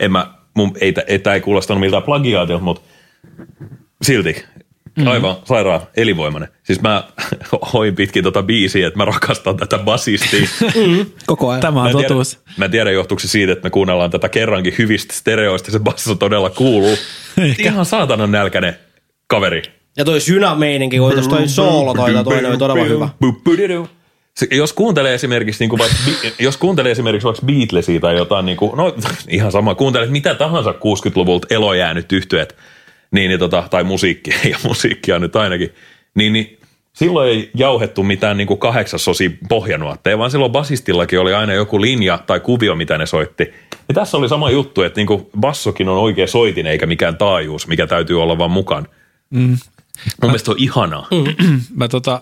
[SPEAKER 5] en mä, mun, ei, tää- ei, tää ei kuulostanut miltään plagiaatilta, mutta silti
[SPEAKER 3] Mm-hmm.
[SPEAKER 5] aivan sairaan elinvoimainen. Siis mä hoin pitkin tota biisiä, että mä rakastan tätä basistia.
[SPEAKER 3] Koko ajan.
[SPEAKER 5] Mä
[SPEAKER 2] Tämä on
[SPEAKER 5] en tiedä,
[SPEAKER 2] totuus.
[SPEAKER 5] mä en tiedä johtuuko se siitä, että me kuunnellaan tätä kerrankin hyvistä stereoista, se basso todella kuuluu. Ihan saatanan nälkäinen kaveri.
[SPEAKER 3] Ja toi synameininki, kun tuossa toi soolo toi, toi oli todella hyvä.
[SPEAKER 5] Se, jos kuuntelee esimerkiksi, niin kuin vaikka, Bi- jos kuuntelee esimerkiksi vaikka Beatlesia tai jotain, niin kuin, no ihan sama, kuuntelet mitä tahansa 60-luvulta elojäänyt yhtyeet, niin, niin tota, tai musiikkia, ja musiikkia nyt ainakin, niin, niin silloin ei jauhettu mitään niin kuin kahdeksasosi pohjanuotteja, vaan silloin basistillakin oli aina joku linja tai kuvio, mitä ne soitti. Ja tässä oli sama juttu, että niin kuin bassokin on oikea soitin eikä mikään taajuus, mikä täytyy olla vaan mukaan. Mm. Mun mielestä se on ihanaa.
[SPEAKER 4] Mä tota,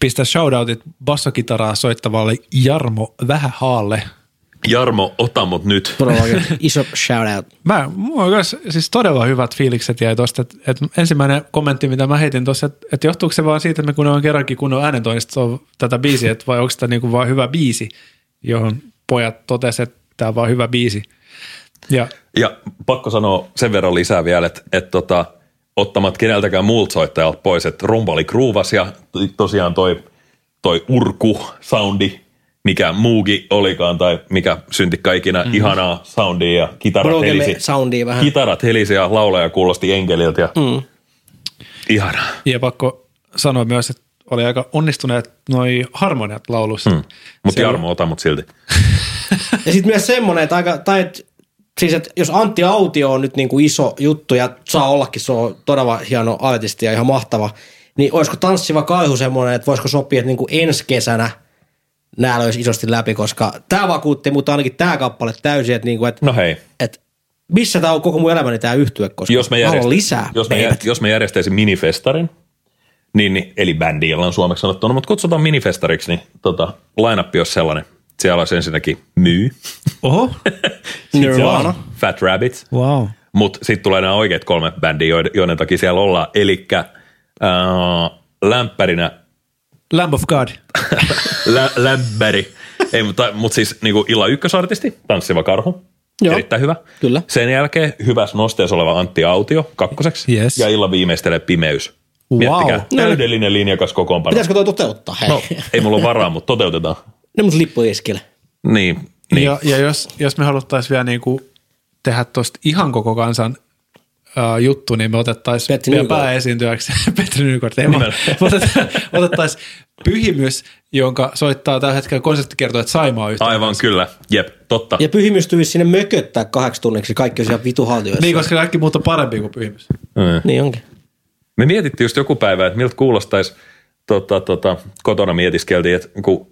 [SPEAKER 4] pistän shoutoutit bassokitaraa soittavalle Jarmo Vähähaalle.
[SPEAKER 5] Jarmo, ota mut nyt.
[SPEAKER 3] Todellakin. Iso shout out.
[SPEAKER 4] Mä, mulla on myös siis todella hyvät fiilikset jäi tosta. Et, et ensimmäinen kommentti, mitä mä heitin tuossa, että et johtuuko se vaan siitä, että me kun on kerrankin kunnon äänentoinnista so- tätä biisiä, et vai onko tämä niinku vaan hyvä biisi, johon pojat totesivat, että tämä on vaan hyvä biisi. Ja
[SPEAKER 5] Ja pakko sanoa sen verran lisää vielä, että, että tota, ottamat keneltäkään muulta soittajalta pois, että rumba oli kruuvas ja t- tosiaan toi, toi urku soundi, mikä muugi olikaan tai mikä syntikka ikinä, mm. ihanaa soundia ja kitarat
[SPEAKER 3] Brokemme
[SPEAKER 5] helisi.
[SPEAKER 3] Mhm. soundia vähän.
[SPEAKER 5] Kitarat helisi ja laulaja kuulosti enkeliltä ja mm. ihanaa.
[SPEAKER 4] Ja pakko sanoa myös, että oli aika onnistuneet noi harmoniat laulussa. Mm.
[SPEAKER 5] Mutta Jarmo, ota mut silti.
[SPEAKER 3] Ja sitten myös semmoinen, että aika, tai et, siis että jos Antti Autio on nyt niin kuin iso juttu ja saa ollakin, se on todella hieno artisti ja ihan mahtava, niin olisiko tanssiva kaihu semmoinen, että voisiko sopia, että niin kuin ensi kesänä nämä löisi isosti läpi, koska tämä vakuutti mutta ainakin tämä kappale täysin, että, niin kuin, että,
[SPEAKER 5] No hei.
[SPEAKER 3] että missä tämä on koko mun elämäni tämä yhtye, koska
[SPEAKER 5] jos mä,
[SPEAKER 3] mä haluan
[SPEAKER 5] järjestä,
[SPEAKER 3] lisää.
[SPEAKER 5] jos, mä, jär-
[SPEAKER 3] babyt.
[SPEAKER 5] jos mä järjestäisin minifestarin, niin, niin, eli bändi on suomeksi sanottuna, mutta kutsutaan minifestariksi, niin tota, line-up olisi sellainen. Siellä olisi ensinnäkin Myy,
[SPEAKER 4] Oho,
[SPEAKER 3] Nirvana.
[SPEAKER 5] Fat Rabbit,
[SPEAKER 4] wow.
[SPEAKER 5] mutta sitten tulee nämä oikeat kolme bändiä, joiden, joiden takia siellä ollaan. Eli äh, lämpärinä,
[SPEAKER 4] Lamb of God.
[SPEAKER 5] lä, lämpäri, ei, mutta, mutta siis niin kuin illan ykkösartisti, Tanssiva Karhu,
[SPEAKER 3] Joo.
[SPEAKER 5] erittäin hyvä.
[SPEAKER 3] Kyllä.
[SPEAKER 5] Sen jälkeen hyvässä nosteessa oleva Antti Autio kakkoseksi
[SPEAKER 4] Yes.
[SPEAKER 5] ja illan viimeistelee Pimeys. Miettikää, täydellinen linjakas kokoonpano.
[SPEAKER 3] Pitäisikö toi toteuttaa? Hei.
[SPEAKER 5] No,
[SPEAKER 3] No.
[SPEAKER 5] ei mulla ole varaa, mutta toteutetaan.
[SPEAKER 3] Ne mun lippuiskille.
[SPEAKER 5] Niin,
[SPEAKER 4] Niin.
[SPEAKER 5] niin.
[SPEAKER 4] Ja, ja jos, jos me haluttaisiin vielä niinku tehdä tuosta ihan koko kansan uh, juttu, niin me otettaisiin
[SPEAKER 3] Petri
[SPEAKER 4] meidän
[SPEAKER 3] Nygård.
[SPEAKER 4] pääesiintyjäksi Petri Nykort. Ei, vaan me otet- otettaisiin Pyhimys, jonka soittaa tällä hetkellä konserttikertoja Saimaa yhtään.
[SPEAKER 5] Aivan kyllä. Jep, totta.
[SPEAKER 3] Ja pyhimystyisi sinne mököttää kahdeksi tunniksi, kaikki on siellä vituhaltioissa.
[SPEAKER 4] Niin, koska kaikki muut on parempi kuin Pyhimys.
[SPEAKER 5] Mm.
[SPEAKER 3] niin onkin.
[SPEAKER 5] Me mietittiin just joku päivä, että miltä kuulostaisi, tota, tota, kotona mietiskeltiin, että kun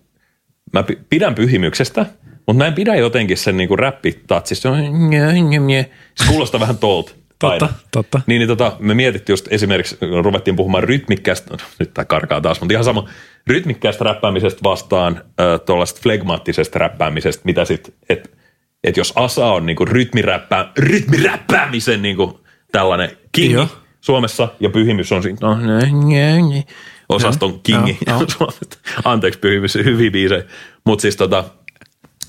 [SPEAKER 5] mä pi- pidän pyhimyksestä, mutta mä en pidä jotenkin sen niinku räppitatsista. Se on nye, nye, nye. Se kuulostaa vähän tolta.
[SPEAKER 4] Totta,
[SPEAKER 5] aina.
[SPEAKER 4] totta.
[SPEAKER 5] Niin, niin tota, me mietittiin just esimerkiksi, kun ruvettiin puhumaan rytmikkäästä, no, nyt tämä karkaa taas, mutta ihan sama, rytmikkäästä räppäämisestä vastaan äh, tuollaista flegmaattisesta räppäämisestä, mitä sitten, että et jos asa on niinku rytmiräppää, rytmiräppäämisen niinku tällainen kingi
[SPEAKER 4] Joo.
[SPEAKER 5] Suomessa ja pyhimys on siinä, no, nö, nö, nö,
[SPEAKER 4] No,
[SPEAKER 5] osaston kingi Suomesta. Anteeksi pyhimys, hyviä biisejä, mutta siis tota,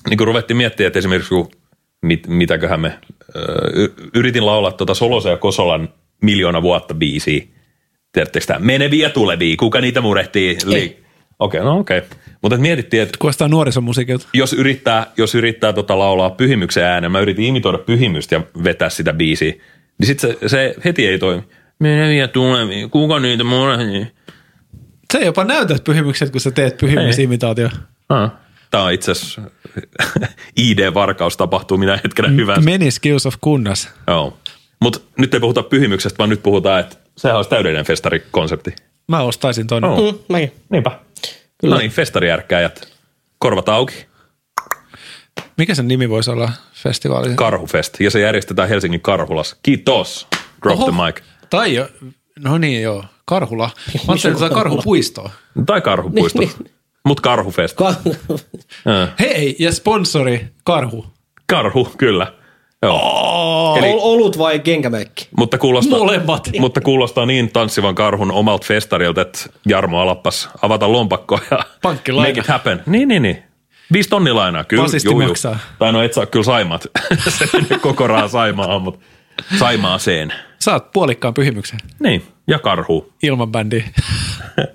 [SPEAKER 5] niin kun ruvettiin miettimään, että esimerkiksi kun mit, mitäköhän me, ö, y- yritin laulaa tuota Solosen ja Kosolan miljoona vuotta biisiä. Tiedättekö tämä? Meneviä tulevia, kuka niitä murehtii? Li- okei, okay, no okei. Okay. Mutta mietittiin, että
[SPEAKER 4] Kuostaa nuorisomusiikilta.
[SPEAKER 5] jos yrittää, jos yrittää tota laulaa pyhimyksen ääneen, mä yritin imitoida pyhimystä ja vetää sitä biisiä, niin sit se, se heti ei toimi. Meneviä tulevia, kuka niitä murehtii?
[SPEAKER 4] Se ei jopa näytät pyhimykset, kun sä teet pyhimysimitaatio.
[SPEAKER 5] Ah. Tämä on itse asiassa ID-varkaus tapahtuu minä hetkenä hyvänsä.
[SPEAKER 4] Menis Skills of Kunnas.
[SPEAKER 5] Joo. Mutta nyt ei puhuta pyhimyksestä, vaan nyt puhutaan, että sehän olisi täydellinen festarikonsepti.
[SPEAKER 4] Mä ostaisin ton.
[SPEAKER 5] Oh.
[SPEAKER 3] Mm, mäkin.
[SPEAKER 5] Niinpä. Kyllä.
[SPEAKER 3] Kyllä.
[SPEAKER 5] No niin, festarijärkkäjät. Korvat auki,
[SPEAKER 4] Mikä sen nimi voisi olla festivaali?
[SPEAKER 5] Karhufest. Ja se järjestetään Helsingin Karhulassa. Kiitos. Drop Oho. the mic.
[SPEAKER 4] Tai jo, no niin joo, Karhula. Mä ajattelin, että Karhupuistoa.
[SPEAKER 5] Tai Karhupuisto.
[SPEAKER 3] Niin,
[SPEAKER 5] Mut Karhufest. Ka-
[SPEAKER 3] Ka-
[SPEAKER 4] Hei, ja sponsori Karhu.
[SPEAKER 5] Karhu, kyllä. Joo. Oh. Eli,
[SPEAKER 3] Ol- Olut vai kenkämerkki?
[SPEAKER 5] mutta kuulostaa,
[SPEAKER 4] Molemmat.
[SPEAKER 5] Mutta kuulostaa niin tanssivan karhun omalta festarilta, että Jarmo alappas avata lompakkoa ja
[SPEAKER 4] Pankkilaina.
[SPEAKER 5] make it happen. Niin, niin, niin. Viisi tonni lainaa, kyllä.
[SPEAKER 4] Basisti maksaa.
[SPEAKER 5] Tai no et saa kyllä saimaat. Se menee koko raha saimaa, mutta saimaaseen.
[SPEAKER 4] Saat puolikkaan pyhimyksen
[SPEAKER 5] Niin, ja karhu.
[SPEAKER 4] ilman bändiä.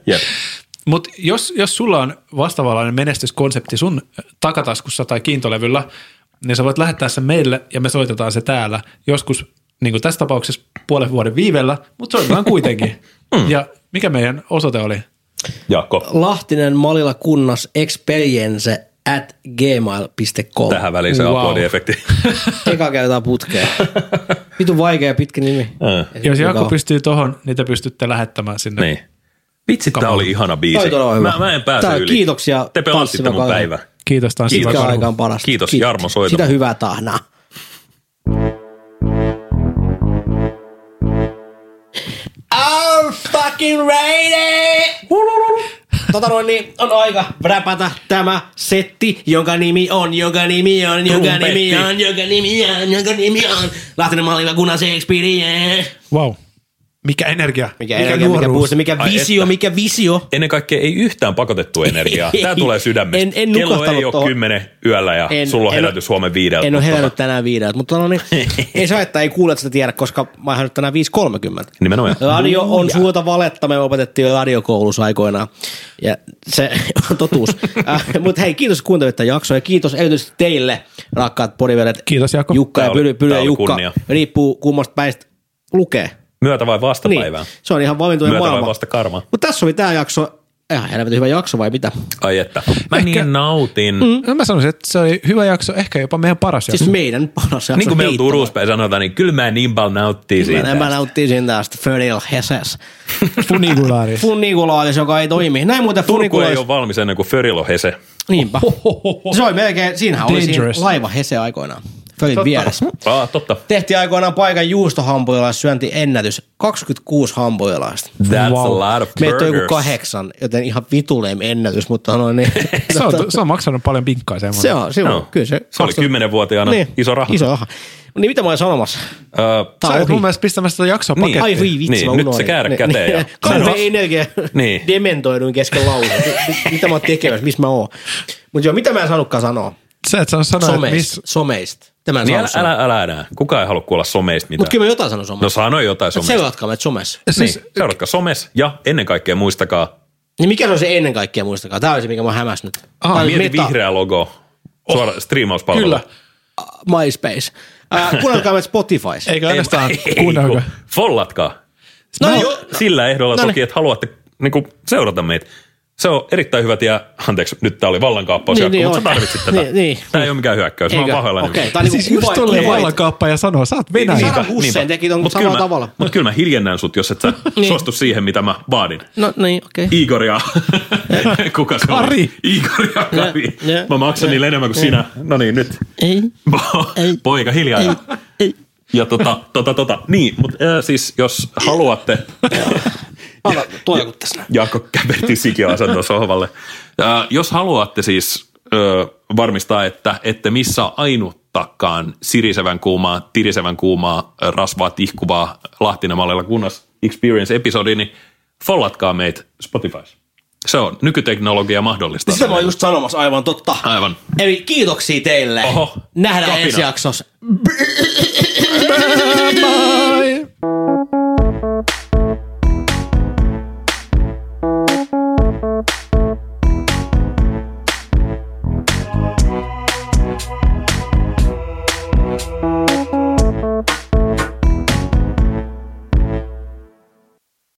[SPEAKER 5] Jep.
[SPEAKER 4] Mutta jos, jos sulla on vastaavanlainen menestyskonsepti sun takataskussa tai kiintolevyllä, niin sä voit lähettää sen meille ja me soitetaan se täällä joskus, niin kuin tässä tapauksessa puolen vuoden viivellä, mutta soitetaan kuitenkin.
[SPEAKER 5] Hmm.
[SPEAKER 4] Ja mikä meidän osoite oli?
[SPEAKER 5] Jaakko,
[SPEAKER 3] Lahtinen Malila kunnas experience at gmail.com.
[SPEAKER 5] tähän väliin se
[SPEAKER 4] Wow.
[SPEAKER 5] wow. aplodiefekti.
[SPEAKER 3] Eka kertaa putkeen. Vitu vaikea ja pitkä nimi. Ei
[SPEAKER 4] Jos
[SPEAKER 3] se
[SPEAKER 4] Jaakko
[SPEAKER 3] kukaan.
[SPEAKER 4] pystyy tohon, niin te pystytte lähettämään sinne.
[SPEAKER 5] niin. Vitsi, tää oli ihana biisi.
[SPEAKER 3] Toi todella hyvä.
[SPEAKER 5] Mä, mä en pääse
[SPEAKER 3] Tää-
[SPEAKER 5] yli.
[SPEAKER 3] kiitoksia
[SPEAKER 5] Te pelastitte
[SPEAKER 3] tanssivan
[SPEAKER 5] mun
[SPEAKER 3] karhun.
[SPEAKER 5] päivän.
[SPEAKER 4] Kiitos tanssiva
[SPEAKER 3] Pitkään
[SPEAKER 5] Kiitos.
[SPEAKER 4] karhu.
[SPEAKER 3] aikaan parasta.
[SPEAKER 5] Kiitos, Jarmo Soitamo.
[SPEAKER 3] Sitä hyvää tahnaa. I'm fucking ready! Tota noin, niin on aika räpätä tämä setti, jonka nimi on, jonka nimi on, jonka nimi on, jonka nimi on, jonka nimi on. Lahtinen mallilla kunnan se experience.
[SPEAKER 4] Wow. Mikä energia?
[SPEAKER 3] Mikä, mikä, energia, mikä,
[SPEAKER 4] nuoruus?
[SPEAKER 3] boosti, mikä
[SPEAKER 5] Ai
[SPEAKER 3] visio,
[SPEAKER 5] että.
[SPEAKER 3] mikä visio.
[SPEAKER 5] Ennen kaikkea ei yhtään pakotettu energiaa. Tää
[SPEAKER 3] Ei.
[SPEAKER 5] tulee sydämestä.
[SPEAKER 3] En- en
[SPEAKER 5] Kello ei
[SPEAKER 3] nukahtanut
[SPEAKER 5] ole
[SPEAKER 3] tohon.
[SPEAKER 5] kymmenen yöllä ja
[SPEAKER 3] En-
[SPEAKER 5] Ah, sulla on
[SPEAKER 3] en-
[SPEAKER 5] herätys Suomen viideltä.
[SPEAKER 3] En ole
[SPEAKER 5] mutta
[SPEAKER 3] herännyt
[SPEAKER 5] tota,
[SPEAKER 3] tänään viideltä, mutta no niin, ei se haittaa, ei kuulet sitä tiedä, koska mä oon herännyt tänään 5.30.
[SPEAKER 5] Nimenomaan.
[SPEAKER 3] Radio on suota valetta, me opetettiin jo radiokoulussa aikoinaan. Ja se on totuus. äh, Mutta hei, kiitos kun kuuntelit tämän jakson ja kiitos erityisesti teille, rakkaat podivelet.
[SPEAKER 4] Kiitos, Jaakko.
[SPEAKER 3] Jukka
[SPEAKER 5] Tää
[SPEAKER 3] ja
[SPEAKER 5] oli-
[SPEAKER 3] Pyly, Pyly
[SPEAKER 5] tää
[SPEAKER 3] ja
[SPEAKER 5] oli
[SPEAKER 3] Jukka.
[SPEAKER 5] kunnia.
[SPEAKER 3] Riippuu kummasta päistä lukee.
[SPEAKER 5] Myötä vai
[SPEAKER 3] Niin,
[SPEAKER 5] vastapäivää?
[SPEAKER 3] se on ihan valintojen
[SPEAKER 5] Myötä vai
[SPEAKER 3] maailma.
[SPEAKER 5] vasta karma?
[SPEAKER 3] Mutta tässä oli tämä jakso. Ihan helvetin hyvä jakso vai mitä?
[SPEAKER 5] Ai että. Mä
[SPEAKER 4] Ehkä-
[SPEAKER 5] niin nautin. Mm.
[SPEAKER 4] No mä sanoisin, että se oli hyvä jakso, ehkä jopa meidän paras jakso.
[SPEAKER 3] Siis meidän paras jakso.
[SPEAKER 5] Niin kuin meillä
[SPEAKER 3] heittämällä.
[SPEAKER 5] Turussa päin sanotaan, niin kyllä mä niin paljon nauttii siitä.
[SPEAKER 3] Mä nauttii siitä tästä Fertil Heses.
[SPEAKER 4] Funicularis.
[SPEAKER 3] Funikulaalis, joka ei toimi. Näin muuten
[SPEAKER 5] Turku ei
[SPEAKER 3] funikulaalis.
[SPEAKER 5] ole valmis ennen kuin Föril on hese.
[SPEAKER 3] Niinpä. Se oli melkein, siinähän oli siinä
[SPEAKER 4] Dangerous.
[SPEAKER 3] laiva Hese aikoinaan. Fölin vieressä.
[SPEAKER 5] Ah, totta.
[SPEAKER 3] Tehtiin aikoinaan paikan juustohampurilaissyönti ennätys. 26 hampurilaista.
[SPEAKER 5] That's wow. a
[SPEAKER 4] Wow.
[SPEAKER 5] lot of
[SPEAKER 3] Meitä on joku
[SPEAKER 5] burgers.
[SPEAKER 3] kahdeksan, joten ihan vituleem ennätys, mutta no niin.
[SPEAKER 4] se, on, se on maksanut paljon pinkkaa semmoinen.
[SPEAKER 3] se on, se on,
[SPEAKER 5] No.
[SPEAKER 3] kyllä se. Niin.
[SPEAKER 5] Se oli 10-vuotiaana iso raha.
[SPEAKER 3] Iso raha. No Niin mitä mä olin sanomassa?
[SPEAKER 5] Ö,
[SPEAKER 3] Tää
[SPEAKER 4] Sä
[SPEAKER 3] on
[SPEAKER 4] olet
[SPEAKER 3] ohi.
[SPEAKER 4] mun mielestä pistämässä tätä jaksoa
[SPEAKER 5] Niin.
[SPEAKER 4] pakettiin.
[SPEAKER 3] Ai voi vitsi,
[SPEAKER 5] Niin,
[SPEAKER 3] mä
[SPEAKER 5] nyt
[SPEAKER 3] unohdin.
[SPEAKER 5] se käärä käteen ja-
[SPEAKER 3] Kauhean
[SPEAKER 5] Sen-
[SPEAKER 3] energia.
[SPEAKER 5] Niin.
[SPEAKER 3] Dementoiduin kesken laulun. mitä mä oon tekemässä, missä mä oon. Mutta joo, mitä mä en saanutkaan sanoa?
[SPEAKER 4] Sä No, et sano sanoa, että
[SPEAKER 3] Someista.
[SPEAKER 4] miss...
[SPEAKER 3] Someista. Tämä en
[SPEAKER 5] Niin
[SPEAKER 3] saanut
[SPEAKER 5] älä,
[SPEAKER 3] sanoa.
[SPEAKER 5] älä, älä enää. Kukaan ei halua kuulla someista mitään.
[SPEAKER 3] Mutta kyllä mä jotain sanon someista.
[SPEAKER 5] No sano jotain
[SPEAKER 3] Että
[SPEAKER 5] somesta.
[SPEAKER 3] Seuratkaa meitä somessa.
[SPEAKER 5] Niin, seuratkaa somes ja ennen kaikkea muistakaa
[SPEAKER 3] Niin mikä se on se ennen kaikkea, muistakaa. Tämä oli se, mikä mä hämäs nyt. Tää
[SPEAKER 5] Ah,
[SPEAKER 3] oli
[SPEAKER 5] mieti vihreä logo. Suora oh, striimauspalvelu.
[SPEAKER 4] Kyllä.
[SPEAKER 3] MySpace. Äh, kuunnelkaa meitä Spotifys.
[SPEAKER 4] Eikä
[SPEAKER 5] Ei,
[SPEAKER 4] ainoastaan
[SPEAKER 5] ei,
[SPEAKER 4] kuunnelko.
[SPEAKER 5] kun Follatkaa.
[SPEAKER 3] No,
[SPEAKER 5] No,
[SPEAKER 3] jo-
[SPEAKER 5] Sillä ehdolla
[SPEAKER 3] No
[SPEAKER 5] toki,
[SPEAKER 3] niin.
[SPEAKER 5] että haluatte niin kuin, seurata meitä. Se on erittäin hyvä tie. Anteeksi, nyt tämä oli vallankaappaus,
[SPEAKER 3] Niin,
[SPEAKER 5] niin,
[SPEAKER 3] niin
[SPEAKER 5] mutta sä
[SPEAKER 3] on.
[SPEAKER 5] tarvitsit tätä.
[SPEAKER 3] Niin, niin.
[SPEAKER 5] Tämä ei ole mikään hyökkäys, mä oon
[SPEAKER 3] Eikö?
[SPEAKER 5] pahoillani. Niin,
[SPEAKER 3] Okei, tää on niinku
[SPEAKER 4] Siis just
[SPEAKER 3] kuva-
[SPEAKER 4] tulee
[SPEAKER 3] kuva- Niin,
[SPEAKER 4] vallankaappaa ja sanoo, sä oot Venäjä.
[SPEAKER 3] Saddam Hussein teki ton
[SPEAKER 5] Mut
[SPEAKER 3] samalla
[SPEAKER 5] kyllä mä-
[SPEAKER 3] tavalla.
[SPEAKER 5] Mut kyllä mä hiljennän sut, jos et sä suostu siihen, mitä mä vaadin.
[SPEAKER 3] No niin, okei.
[SPEAKER 5] Igoria. Kuka se
[SPEAKER 4] Kari.
[SPEAKER 5] oli? Igoria Kari.
[SPEAKER 3] Ne, ne,
[SPEAKER 5] Niin. Mä maksan niille enemmän kuin sinä. No niin, nyt.
[SPEAKER 3] Ei. Ei.
[SPEAKER 5] Poika, hiljaa.
[SPEAKER 3] Ei.
[SPEAKER 5] Ja tota, tota, tota. Niin, mutta äh, siis jos haluatte,
[SPEAKER 3] Anna, tuo joku tässä. näin.
[SPEAKER 5] Jaakko käperti sikiöasentoon sohvalle. Äh, jos haluatte siis ö, varmistaa, että ette missä ainuttakaan sirisevän kuumaa, tirisevän kuumaa, ö, rasvaa, tihkuvaa Lahtinen mallilla kunnas experience episodi, niin follatkaa meitä Spotifys. Se on. Nykyteknologia mahdollistaa.
[SPEAKER 3] Sitä mä oon
[SPEAKER 5] tämän.
[SPEAKER 3] just sanomassa aivan totta.
[SPEAKER 5] Aivan.
[SPEAKER 3] Eli kiitoksia teille.
[SPEAKER 5] Oho.
[SPEAKER 3] Nähdään
[SPEAKER 5] Kapina.
[SPEAKER 3] ensi jaksossa.